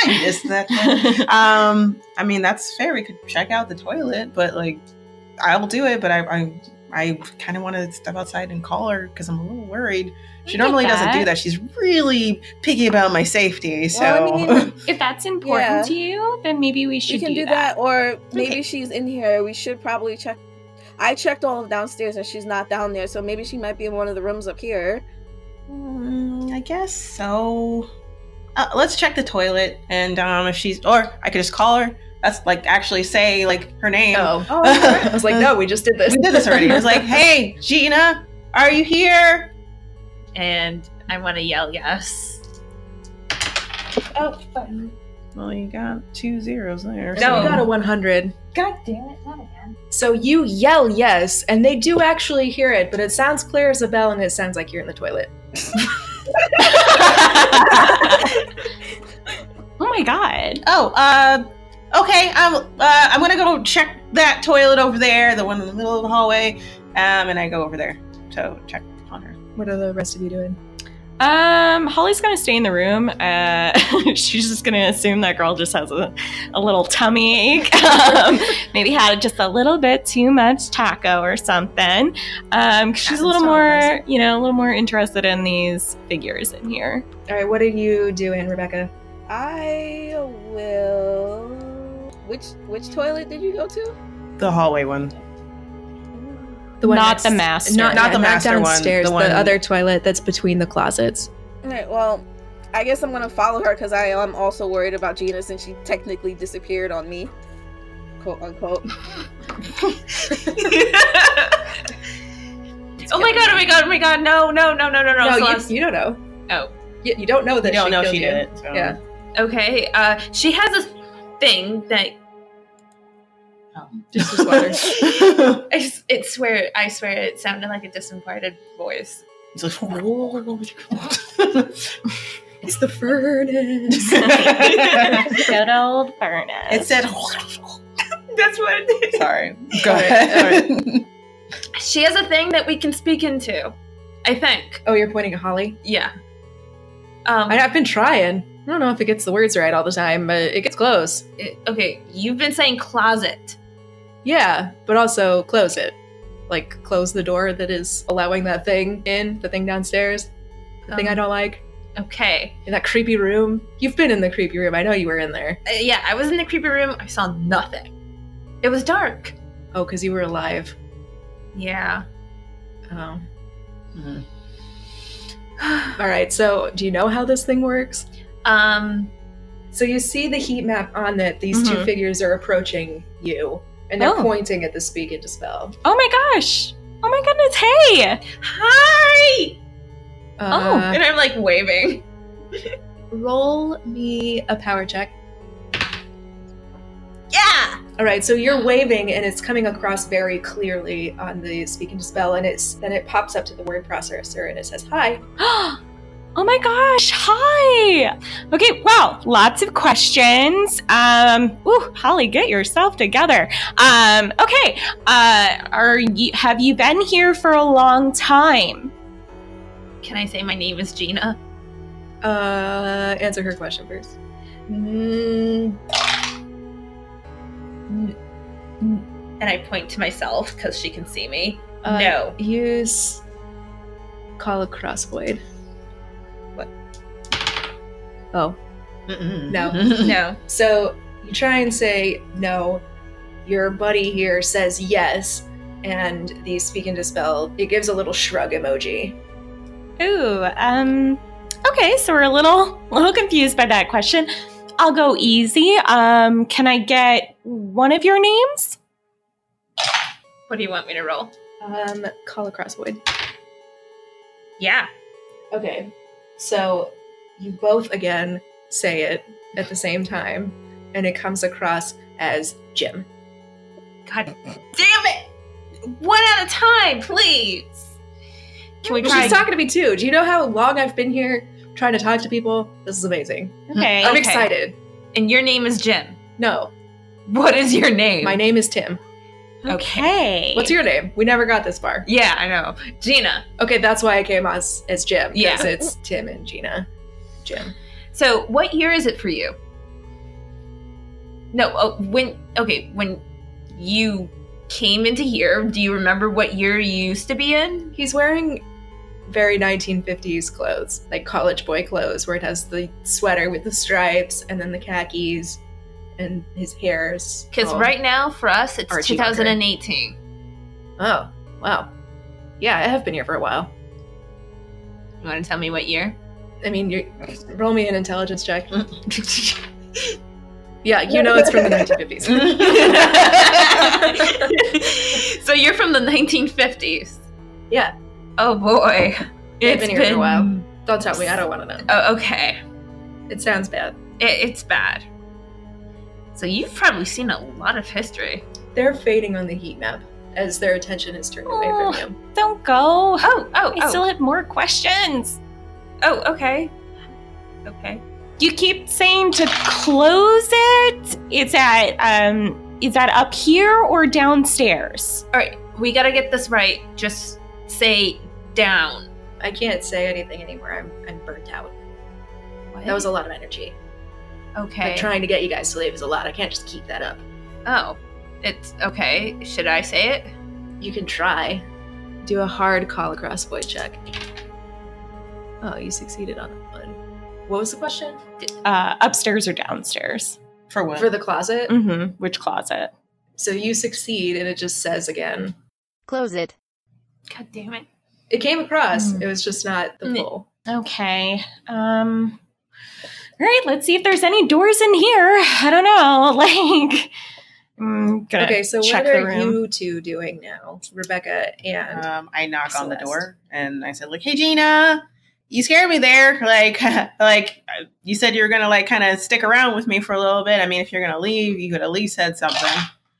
S3: I missed that. Toilet. Um, I mean, that's fair. We could check out the toilet, but like, I'll do it. But I, I, I kind of want to step outside and call her because I'm a little worried.
S2: I
S3: She
S2: get
S3: normally doesn't do
S2: that.
S3: that. She's really picky about my safety. So,
S7: Well, I mean,
S2: If that's important
S7: Yeah.
S2: to you, then maybe we should
S7: we can
S2: do,
S7: do
S2: that.
S7: that. or maybe she's in here. We should probably check. I checked all of downstairs, and she's not down there, so maybe she might be in one of the rooms up here.
S3: Mm, I guess so. Uh, let's check the toilet, and um, if she's, or I could just call her. That's like actually say like her name.
S5: Oh.
S7: Oh,
S5: I was like, no, we just did this.
S3: we did this already. It was like, hey, Gina, are you here?
S6: and I want to yell yes.
S3: Oh, fuck. Well, you got two zeros there.
S5: So
S6: No.
S5: you got a 100.
S6: God damn it! Not again.
S5: So you yell yes, and they do actually hear it, but it sounds clear as a bell, and it sounds like you're in the toilet.
S2: Oh my god.
S3: Oh, uh, okay. I'm, uh, I'm gonna go check that toilet over there, the one in the middle of the hallway. Um, and I go over there to check on her.
S5: What are the rest of you doing?
S2: Um, Holly's gonna stay in the room. Uh, she's just gonna assume that girl just has a, a little tummy ache. Um, maybe had just a little bit too much taco or something. Um, 'cause she's a little more, you know, a little more interested in these figures in here.
S5: All right, what are you doing, Rebecca?
S7: I will. Which which toilet did you go to?
S3: The hallway one.
S5: The
S2: Not the master.
S5: Not,
S3: Not
S5: yeah,
S3: the master one,
S5: downstairs,
S3: the
S5: the,
S3: one-
S5: other toilet that's between the closets.
S7: All right. Well, I guess I'm gonna follow her because I am also worried about Gina since she technically disappeared on me, quote unquote.
S6: oh my god! Oh my god! Oh my god! No! No! No! No! No! No!
S5: no, you,
S6: Celeste.
S5: you don't know.
S6: Oh.
S5: You, you don't know that
S3: You don't
S5: she
S3: know
S5: killed
S3: she
S5: you.
S3: did it. So.
S5: Yeah.
S6: Okay. Uh, she has a thing that
S5: Just as water.
S6: I, s- it swear. I swear it sounded like a disembodied voice.
S3: It's like,
S5: it's the furnace.
S2: Good old furnace.
S3: it said,
S6: That's what it is.
S3: sorry. Go
S5: All right,
S3: ahead.
S6: She has a thing that we can speak into. I think.
S5: Oh, you're pointing at Holly?
S6: Yeah. Um,
S5: I, I've been trying. I don't know if it gets the words right all the time, but it gets close.
S6: it- okay, you've been saying closet.
S5: Yeah, but also close it. Like, close the door that is allowing that thing in, the thing downstairs, the
S6: Um,
S5: thing I don't like,
S6: Okay.
S5: in that creepy room. You've been in the creepy room. I know you were in there.
S6: Uh, yeah, I was in the creepy room. I saw nothing. It was dark.
S5: Oh, because you were alive.
S6: Yeah.
S5: Oh. All right, so do you know how this thing works?
S6: um.
S5: So you see the heat map on that these two
S2: Mhm.
S5: figures are approaching you, and they're
S2: Oh.
S5: pointing at the speak and dispel.
S2: Oh my gosh. Oh my goodness. Hey. Oh,
S6: Hi.
S5: Uh,
S6: And I'm like waving.
S5: roll me a power check.
S6: Yeah.
S5: All right, so you're waving, and it's coming across very clearly on the speak and dispel, and it's then it pops up to the word processor, and it says hi.
S2: Oh my gosh. Hi. Okay. Wow. Lots of questions. Um. Ooh, Holly, get yourself together. Um. Okay. Uh. Are you? Have you been here for a long time?
S6: Can I say my name is Gina?
S5: Uh, answer her question first.
S6: Mm. N- n- And I point to myself because she can see me.
S5: Uh,
S6: no.
S5: Use call across void.
S6: What?
S5: Oh, No.
S6: No.
S5: So you try and say no. Your buddy here says yes, and the speak and dispel it gives a little shrug emoji.
S2: Ooh, um, okay, so we're a little, little confused by that question. I'll go easy. Um, can I get one of your names?
S6: What do you want me to roll?
S5: Um, call across void.
S6: Yeah.
S5: Okay, so you both again say it at the same time, and it comes across as Jim.
S6: God damn it! One at a time, please. Can we try?
S5: She's talking to me too. Do you know how long I've been here trying to talk to people? This is amazing.
S2: Okay,
S5: I'm
S6: okay.
S5: excited.
S6: and your name is Jim.
S5: No,
S6: What is your name?
S5: my name is Tim.
S2: Okay.
S5: What's your name? We never got this far.
S6: Yeah, I know. Gina.
S5: Okay, that's why I came as as Jim.
S6: Yeah.
S5: Because it's Tim and Gina. Jim.
S6: So, what year is it for you? No, oh, when okay, when you came into here, do you remember what year you used to be in?
S5: He's wearing very 1950s clothes, like college boy clothes, where it has the sweater with the stripes and then the khakis and his hair's.
S6: Because
S5: all-
S6: right now for us, it's
S5: Archie
S6: 2018.
S5: Oh, wow. Yeah, I have been here for a while.
S6: You want to tell me what year?
S5: I mean, you roll me an intelligence check. Yeah, you know it's from the 1950s.
S6: so you're from the 1950s.
S5: Yeah.
S6: Oh boy.
S5: I've been here for a while. Don't tell me. I don't want to know.
S6: Oh, okay.
S5: It sounds bad.
S6: It, it's bad. So you've probably seen a lot of history.
S5: They're fading on the heat map as their attention is turned away from
S2: Oh.
S5: you.
S2: Don't go.
S6: Oh, oh,
S2: I
S6: oh.
S2: still have more questions.
S6: oh, okay. Okay.
S2: You keep saying to close it. It's at, um, is that up here or downstairs?
S6: All right. We got to get this right. Just say down.
S5: I can't say anything anymore. I'm I'm burnt out. That was a lot of energy.
S6: okay.
S5: Like, trying to get you guys to leave is a lot. I can't just keep that up.
S6: oh, it's okay. Should I say it?
S5: You can try. Do a hard call across void check. Oh, you succeeded on that one. What was the question?
S2: Uh, upstairs or downstairs?
S3: For what?
S5: For the closet.
S2: Mm-hmm. Which closet?
S5: So you succeed, and it just says again.
S4: Close it.
S6: God damn it.
S5: It came across.
S2: Mm.
S5: It was just not the
S6: Mm.
S5: full.
S2: Okay. Um All right, let's see if there's any doors in here. I don't know. Like I'm gonna
S5: Okay, so
S2: check
S5: what
S2: the
S5: are
S2: room.
S5: you two doing now, Rebecca and?
S7: Uh,
S3: um, I knock on the
S5: Celeste.
S3: door and I said, like, hey, Gina, you scared me there. Like, like uh, you said you were going to like kind of stick around with me for a little bit. I mean, if you're going to leave, you could at least said something.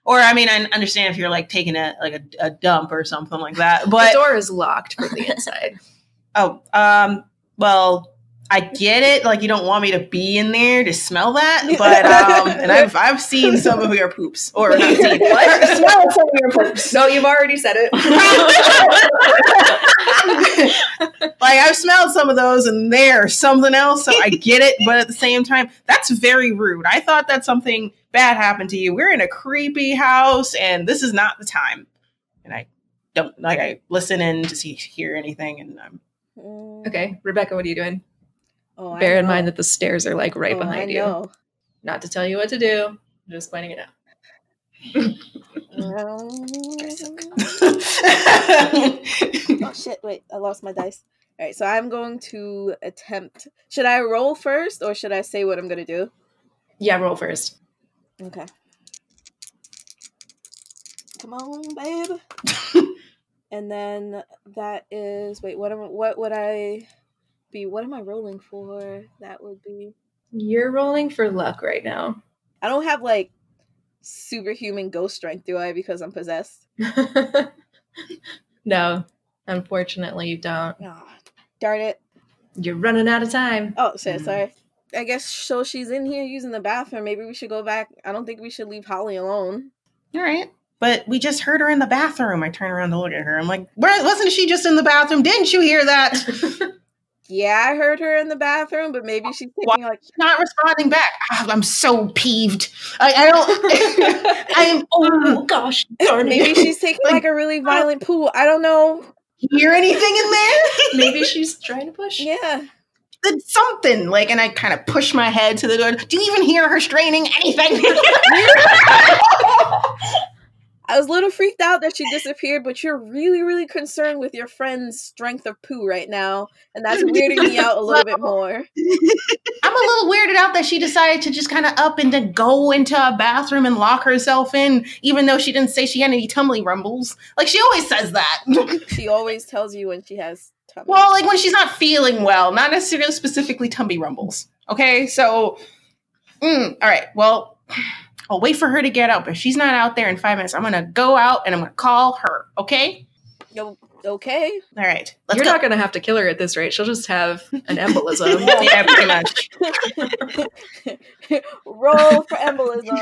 S3: Or, I mean, I understand if you're like taking a, like a, a dump or something like that,
S5: the
S3: but
S5: door is locked from the inside.
S3: Oh, um, well, I get it. Like you don't want me to be in there to smell that, but um, and I've I've seen some of your poops or not seen
S5: What?
S7: Smell some of your poops.
S5: No, you've already said it.
S3: like I've smelled some of those and they're something else. So I get it, but at the same time, that's very rude. I thought that something bad happened to you. We're in a creepy house, and this is not the time. And I don't like I listen in to see hear anything, and um, I'm
S5: okay, Rebecca, what are you doing?
S7: Mm. Oh, I
S5: Bear in
S7: know.
S5: mind that the stairs are like right
S7: Oh,
S5: behind
S7: I
S5: you.
S7: know.
S5: Not to tell you what to do. I'm just pointing it out.
S7: Um, oh shit! Wait, I lost my dice. All right, so I'm going to attempt. Should I roll first, or should I say what I'm gonna do?
S5: Yeah, roll first.
S7: Okay. Come on, babe. and then that is wait. What am? What would I be? What am I rolling for? That would be.
S5: You're rolling for luck right now.
S7: I don't have like superhuman ghost strength, do I? Because I'm possessed.
S5: no, unfortunately, you don't.
S7: Oh, darn it.
S5: You're running out of time.
S7: Oh shit,
S5: Mm.
S7: sorry. I guess so she's in here using the bathroom. Maybe we should go back. I don't think we should leave Holly alone.
S3: all right. But we just heard her in the bathroom. I turn around to look at her. I'm like, Where, wasn't she just in the bathroom? Didn't you hear that?
S7: Yeah, I heard her in the bathroom, but
S5: Oh,
S7: maybe she's taking like
S3: Not responding back. Ah, I'm so peeved. I, I don't. I'm.
S5: Oh gosh, darn
S7: maybe
S5: it.
S7: she's taking like a really violent poo. I don't know.
S3: hear anything in there?
S5: Maybe she's trying to push.
S7: Yeah.
S3: Did something like, and I kind of push my head to the door. Do you even hear her straining anything?
S7: I was a little freaked out that she disappeared, but you're really, really concerned with your friend's strength of poo right now, and that's weirding me out a little bit more.
S3: I'm a little weirded out that she decided to just kind of up and then go into a bathroom and lock herself in, even though she didn't say she had any tumbly rumbles. Like she always says that.
S7: She always tells you when she has tummy.
S3: well, like when she's not feeling well, not necessarily specifically tummy rumbles. Okay, so, mm, all right. Well, I'll wait for her to get out, but if she's not out there in five minutes, I'm gonna go out and I'm gonna call her. Okay.
S7: Yo, okay.
S3: All right. Let's
S5: You're
S3: go.
S5: not going to have to kill her at this rate. She'll just have an embolism.
S3: yeah, pretty much.
S7: Roll for embolism.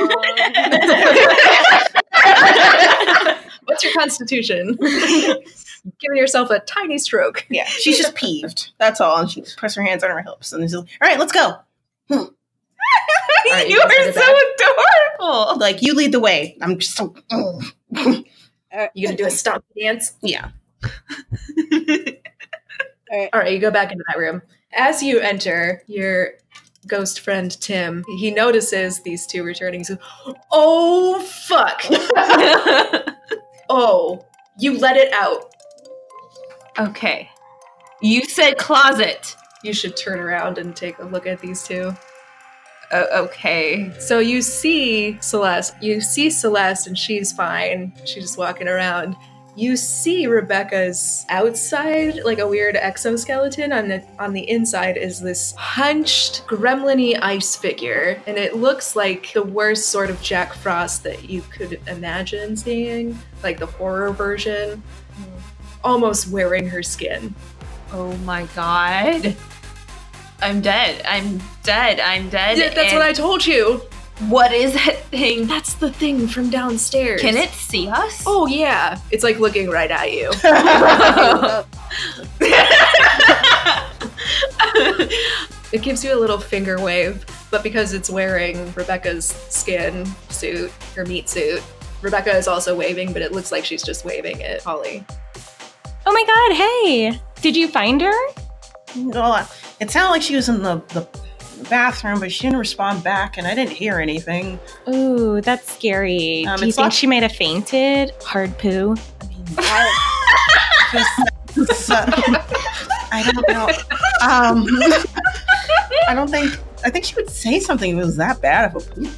S5: What's your constitution? Giving yourself a tiny stroke.
S3: Yeah, she's just peeved. That's all. And she puts her hands on her hips and she's like, all right, let's go. Hmm.
S5: right,
S6: you
S5: you guys
S6: are
S5: did
S6: so adorable.
S3: Like, you lead the way. I'm just so. mm.
S5: You gonna do a stomp dance?
S3: Yeah.
S5: All right, you go back into that room. As you enter, your ghost friend Tim, he notices these two returning. So, oh fuck! oh, you let it out.
S6: Okay. You said closet.
S5: You should turn around and take a look at these two.
S6: O- Oh, okay.
S5: So you see Celeste. You see Celeste, and she's fine. She's just walking around. You see Rebecca's outside, like a weird exoskeleton. On the on the inside is this hunched, gremlin-y ice figure, and it looks like the worst sort of Jack Frost that you could imagine seeing, like the horror version, almost wearing her skin.
S6: Oh my god. I'm dead. I'm dead. I'm dead.
S5: Yeah, that's what I told you.
S6: I. What is that thing?
S5: That's the thing from downstairs.
S6: Can it see us?
S5: Oh yeah, it's like looking right at you. It gives you a little finger wave, but because it's wearing Rebecca's skin suit, her meat suit, Rebecca is also waving, but it looks like she's just waving at Holly.
S2: Oh my god, hey! Did you find her?
S3: Well, it sounded like she was in the, the bathroom, but she didn't respond back, and I didn't hear anything.
S2: Ooh, that's scary.
S3: Um,
S2: Do you
S3: it's
S2: think
S3: not-
S2: she might have fainted? Hard poo.
S3: I mean,
S7: I,
S3: just, uh, I don't know. Um, I don't think. I think she would say something if it was that bad of a poop.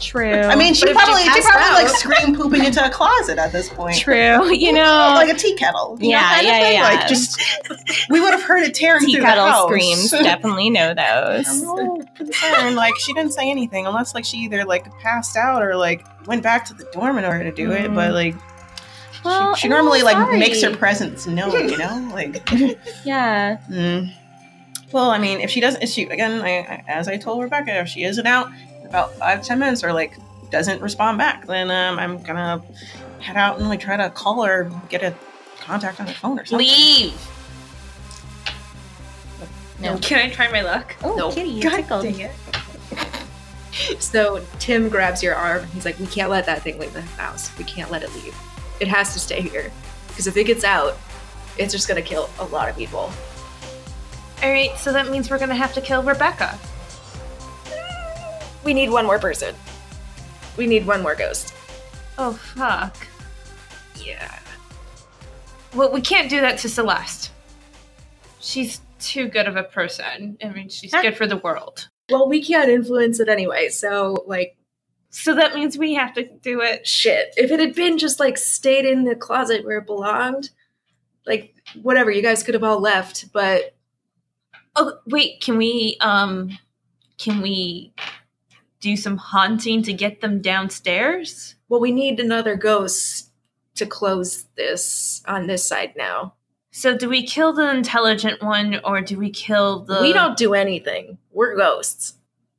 S2: True.
S3: I mean, she
S5: But if she
S3: probably she
S5: passed
S3: probably like
S5: out-
S3: screamed pooping into a closet at this point.
S2: true. You know,
S3: like a tea kettle. you know,
S2: Yeah,
S3: kind of
S2: yeah,
S3: thing.
S2: yeah, yeah.
S3: Like just we would have heard it tearing
S2: tea
S3: through the
S2: kettle
S3: house.
S2: screams. Definitely know
S3: I'm a
S2: those.
S3: little concerned. Like she didn't say anything unless like she either like passed out or like went back to the dorm in order to do it.
S2: Mm.
S3: But like
S2: Well,
S3: she, she
S2: I'm
S3: normally like
S2: sorry.
S3: makes her presence known, you know? Like
S2: Yeah.
S3: mm. Well, I mean, if she doesn't, if she again, I, I, as I told Rebecca, if she isn't out in about five ten minutes or like doesn't respond back, then um, I'm gonna head out and like try to call her, get a contact on her phone or something.
S6: Leave.
S3: No.
S6: Can I try my luck?
S2: Oh,
S3: Nope.
S2: kitty, you
S3: God
S2: tickled.
S3: dang it.
S5: So Tim grabs your arm. He's like, "We can't let that thing leave the house. We can't let it leave. It has to stay here because if it gets out, it's just gonna kill a lot of people."
S6: All right, so that means we're gonna have to kill Rebecca.
S5: We need one more person. We need one more ghost.
S6: Oh fuck.
S5: Yeah.
S6: Well, we can't do that to Celeste. She's too good of a person. I mean, she's good for the world.
S5: Well, we can't influence it anyway. So like,
S6: So that means we have to do it.
S5: shit. If it had been just like stayed in the closet where it belonged, like whatever, you guys could have all left. But
S6: Oh wait, can we um can we do some haunting to get them downstairs?
S5: well, we need another ghost to close this on this side now.
S6: So do we kill the intelligent one or do we kill the
S5: we don't do anything. We're ghosts,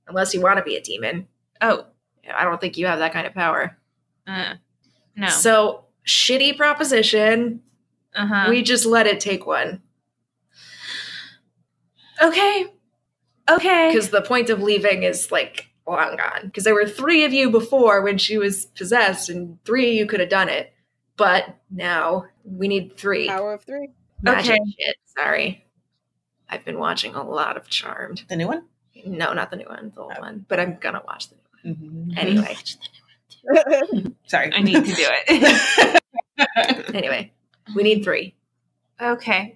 S5: unless you want to be a demon.
S6: Oh,
S5: I don't think you have that kind of power.
S6: uh, no.
S5: So shitty proposition.
S6: uh-huh.
S5: we just let it take one
S6: okay. Okay.
S5: because the point of leaving is like long gone. Because there were three of you before when she was possessed, and three of you could have done it, but now we need three.
S7: Power of three.
S5: Magic shit. Sorry, I've been watching a lot of Charmed.
S3: The new one.
S5: No, not the new one, the old one. But I'm gonna watch the new
S3: Mm-hmm.
S5: one anyway.
S3: Sorry,
S6: I need to do it.
S5: anyway, we need three.
S6: okay.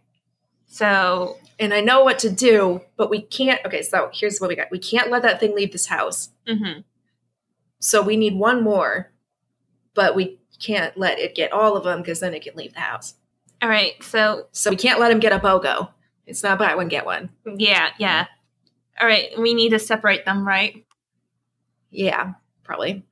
S6: So
S5: and I know what to do, but we can't. Okay, so here's what we got. We can't let that thing leave this house.
S6: mhm.
S5: So we need one more, but we can't let it get all of them because then it can leave the house.
S6: All right. So
S5: So we can't let him get a BOGO. It's not buy one, get one.
S6: yeah, yeah. All right, we need to separate them, right?
S5: Yeah, probably.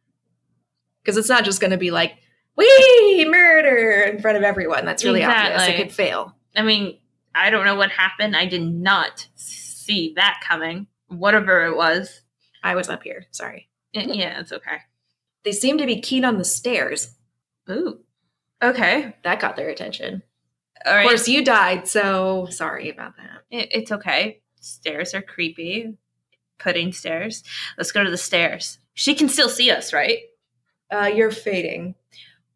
S5: Because it's not just going to be like, we murder in front of everyone. That's really obvious.
S6: Exactly.
S5: It could fail.
S6: I mean, I don't know what happened. I did not see that coming. Whatever it was.
S5: I was up here. Sorry.
S6: Y- Yeah, it's okay.
S5: They seem to be keen on the stairs.
S6: Ooh. Okay.
S5: That got their attention.
S6: All
S5: Of
S6: right.
S5: course, you died, so sorry about that.
S6: It, it's okay. Stairs are creepy. Pudding stairs. Let's go to the stairs. She can still see us, right?
S5: uh, you're fading.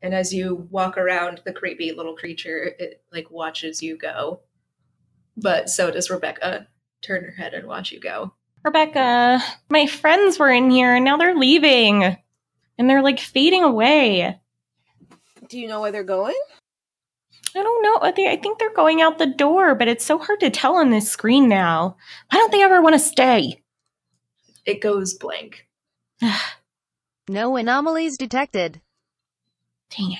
S5: And as you walk around, the creepy little creature it like watches you go. But so does Rebecca turn her head and watch you go.
S2: Rebecca, my friends were in here and now they're leaving. And they're like fading away. I
S7: Do you know where they're going?
S2: don't know. I think, I think they're going out the door, but it's so hard to tell on this screen now. Why don't they ever want to stay?
S5: It goes blank.
S4: No anomalies detected.
S2: Dang it.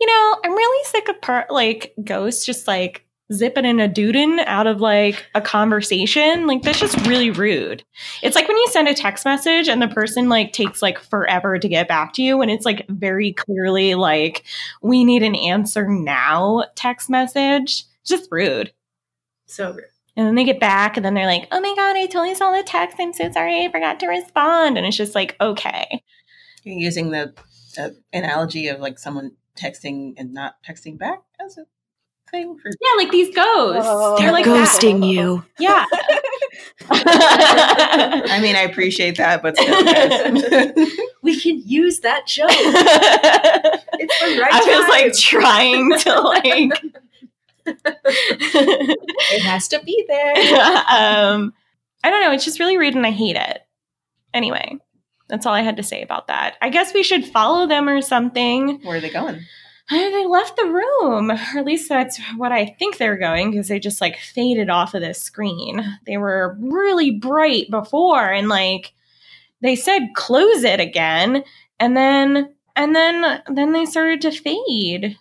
S2: You know, I'm really sick of part like ghosts just like zipping in a doodin out of like a conversation. Like that's just really rude. It's like when you send a text message and the person like takes like forever to get back to you and it's like very clearly like we need an answer now text message. It's just rude.
S5: So
S2: And then they get back and then they're like, oh my God, I totally saw the text. I'm so sorry. I forgot to respond. And it's just like, okay.
S3: You're using the, the analogy of like someone texting and not texting back as a thing for
S2: Yeah, like these ghosts.
S7: Oh.
S2: they're like that.
S7: you.
S2: Yeah.
S3: I mean, I appreciate that, but still, guys.
S5: we can use that joke.
S2: I
S5: it's the right
S2: was like
S5: time.
S2: trying to like
S5: it has to be there.
S2: um I don't know, it's just really rude and I hate it. Anyway, that's all I had to say about that. I guess we should follow them or something.
S3: where are they going?
S2: Uh, They left the room, or at least that's what I think they're going because they just like faded off of this screen. They were really bright before, and like they said, close it again, and then and then then they started to fade.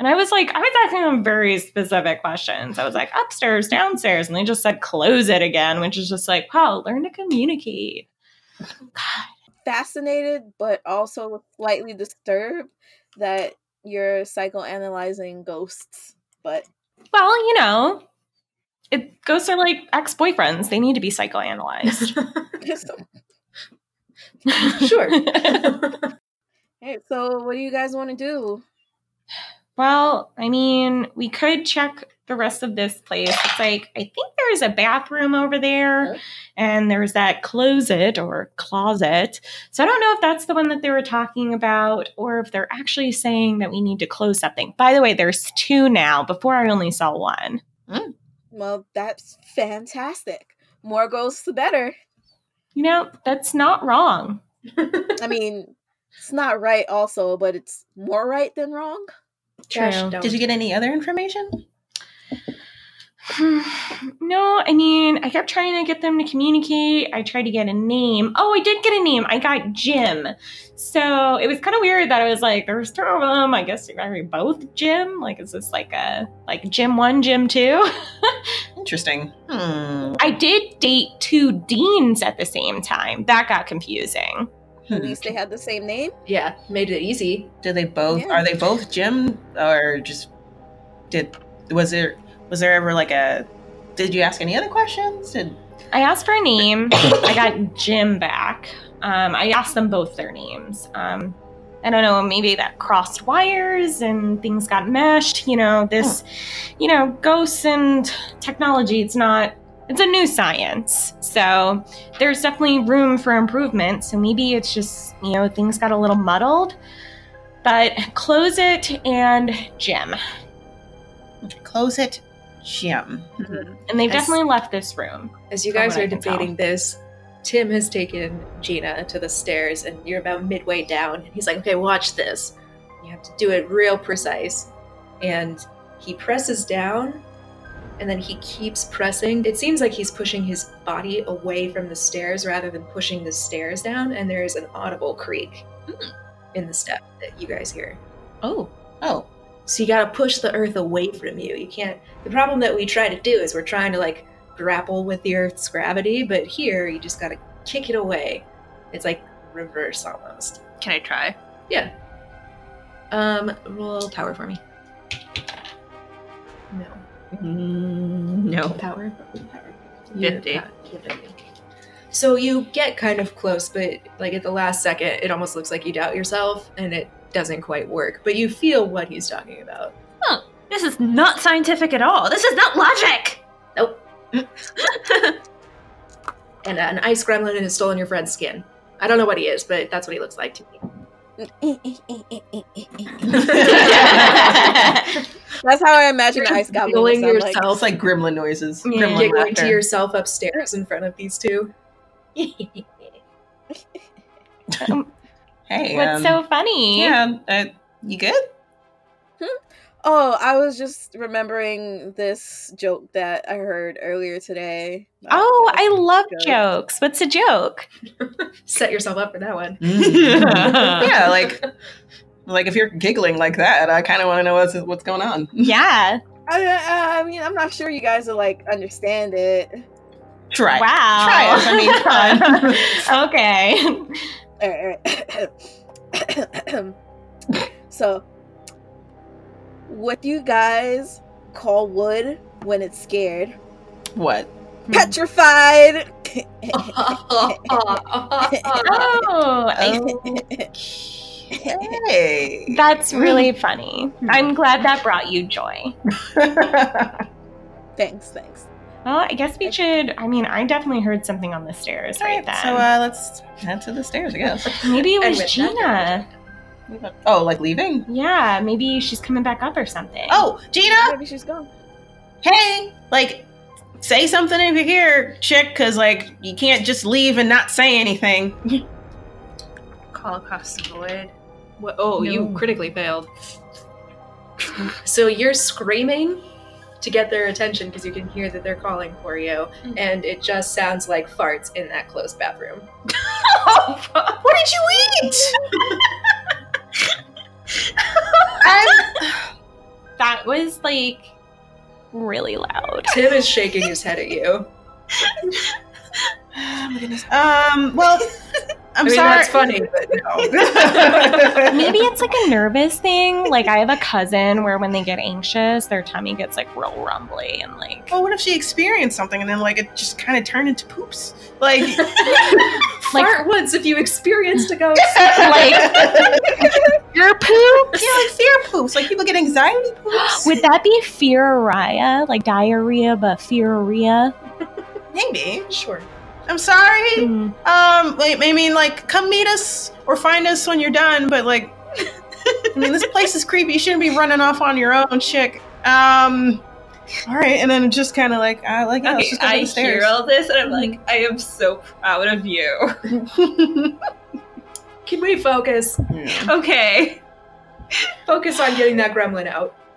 S2: And I was like, I was asking them very specific questions. I was like, upstairs, downstairs, and they just said, close it again, which is just like, wow, learn to communicate.
S7: Fascinated, but also slightly disturbed that you're psychoanalyzing ghosts. But
S2: Well, you know, it Ghosts are like ex boyfriends. They need to be psychoanalyzed.
S7: Just-
S5: Sure.
S7: hey, so what do you guys want to do?
S2: well, I mean, we could check the rest of this place. It's like, I think there's a bathroom over there,
S5: Okay.
S2: and there's that closet or closet. So I don't know if that's the one that they were talking about, or if they're actually saying that we need to close something. By the way, there's two now. Before I only saw one.
S7: Well, that's fantastic. More goes the better.
S2: You know, that's not wrong.
S7: I mean, it's not right also, but it's more right than wrong.
S5: Trash
S3: Did you get any other information?
S2: no, I mean, I kept trying to get them to communicate. I tried to get a name. Oh, I did get a name. I got Jim. So it was kind of weird that I was like, there's two of them. I guess they're actually both Jim. Like, is this like a like Jim one, Jim two?
S3: Interesting. Hmm.
S2: I did date two deans at the same time. That got confusing.
S3: Hmm.
S7: At
S2: Hmm.
S7: least they had the same name.
S5: Yeah, made it easy.
S3: Do they both?
S7: Yeah.
S3: Are they both Jim or just did? Was there? Was there ever like a? Did you ask any other questions? Did
S2: I asked for a name. I got Jim back. Um, I asked them both their names. Um, I don't know, maybe that crossed wires and things got meshed. You know, this, you know, ghosts and technology, it's not, it's a new science. So there's definitely room for improvement. So maybe it's just, you know, things got a little muddled. But close it and Jim.
S3: close it, Jim?
S2: And they've
S5: I s-
S2: definitely left this room.
S5: As you
S2: From
S5: guys
S2: what
S5: are
S2: I can tell.
S5: debating this, Tim has taken Gina to the stairs, and you're about midway down, and he's like, "Okay, watch this. You have to do it real precise." And he presses down, and then he keeps pressing. It seems like he's pushing his body away from the stairs rather than pushing the stairs down, and there is an audible creak
S2: Hmm.
S5: in the step that you guys hear.
S3: Oh, oh,
S5: So you gotta push the earth away from you. You can't. The problem that we try to do is we're trying to like grapple with the earth's gravity, but here you just gotta kick it away. It's like reverse almost.
S6: Can I try?
S5: Um, roll power for me. No
S6: No.
S5: power. power.
S6: Fifty.
S5: You're pa- you're Mm, fifty. So you get kind of close, but like at the last second, it almost looks like you doubt yourself, and it doesn't quite work. But you feel what he's talking about.
S6: This is not scientific at all. This is not logic.
S5: Nope. and an ice gremlin has stolen your friend's skin. I don't know what he is, but that's what he looks like to me.
S7: That's how I imagine the ice goblin. would
S5: Giggling
S7: sound like.
S5: yourself,
S3: it's like gremlin noises.
S2: Yeah.
S3: Gremlin
S5: giggling
S3: laughter.
S5: to yourself upstairs in front of these two.
S3: Hey,
S2: What's
S3: um,
S2: so funny?
S3: yeah, uh, you good?
S7: Oh, I was just remembering this joke that I heard earlier today.
S2: Oh, I
S7: love
S2: love
S7: Jokes.
S2: jokes. What's a joke?
S5: Set yourself up for that one.
S3: yeah, like Mm-hmm. like if you're giggling like that, I kind of want to know what's what's going on.
S2: yeah.
S7: I, I- I mean, I'm not sure you guys will like understand it.
S3: Try.
S2: Wow.
S3: Try us. I mean, try.
S2: okay.
S7: All right. so, what do you guys call wood when it's scared?
S3: What?
S7: Petrified.
S2: Oh, I,
S3: Okay.
S2: that's really funny. I'm glad that brought you joy.
S7: thanks, thanks.
S2: Well, I guess we should. I mean, I definitely heard something on the stairs right, then.
S3: Alright, so uh, let's head to the stairs, I guess.
S2: maybe it
S5: and
S2: was
S5: with that,
S2: Gina.
S3: Oh, like leaving?
S2: Yeah, maybe she's coming back up or something.
S3: Oh, Gina!
S7: Maybe she's gone.
S3: Hey! Like, say something if you're here, chick, because, like, you can't just leave and not say anything.
S6: Call across the void.
S5: What, oh, you
S3: No.
S5: critically failed. so you're screaming to get their attention because you can hear that they're calling for you, and it just sounds like farts in that closed bathroom.
S3: what did you eat? I'm- oh,
S2: That was like really loud.
S5: Tim is shaking his head at you.
S3: Oh my goodness. Um, well, I'm
S5: I mean,
S3: sorry.
S5: that's funny, but no.
S2: Maybe it's like a nervous thing. Like I have a cousin where when they get anxious, their tummy gets like real rumbly and like
S5: Oh,
S3: Well, what if she experienced something and then like it just kind of turned into poops? Like,
S2: Like-
S5: Fart once if you experienced a ghost.
S2: like your poop.
S3: yeah, like fear poops. Like people get anxiety poops.
S2: Would that be fearria? Like diarrhea, but fearria?
S3: maybe.
S5: Sure.
S3: I'm sorry. Um,
S2: Mm.
S3: I I mean, like, come meet us or find us when you're done. But like, I mean, this place is creepy. You shouldn't be running off on your own, chick. Um, all right, and then just kind of like, I like, oh, let's
S6: Okay,
S3: just go to
S6: I
S3: the stairs.
S6: hear all this and I'm like, I am so proud of you.
S5: Can we focus?
S6: Okay.
S5: Focus on getting that gremlin out.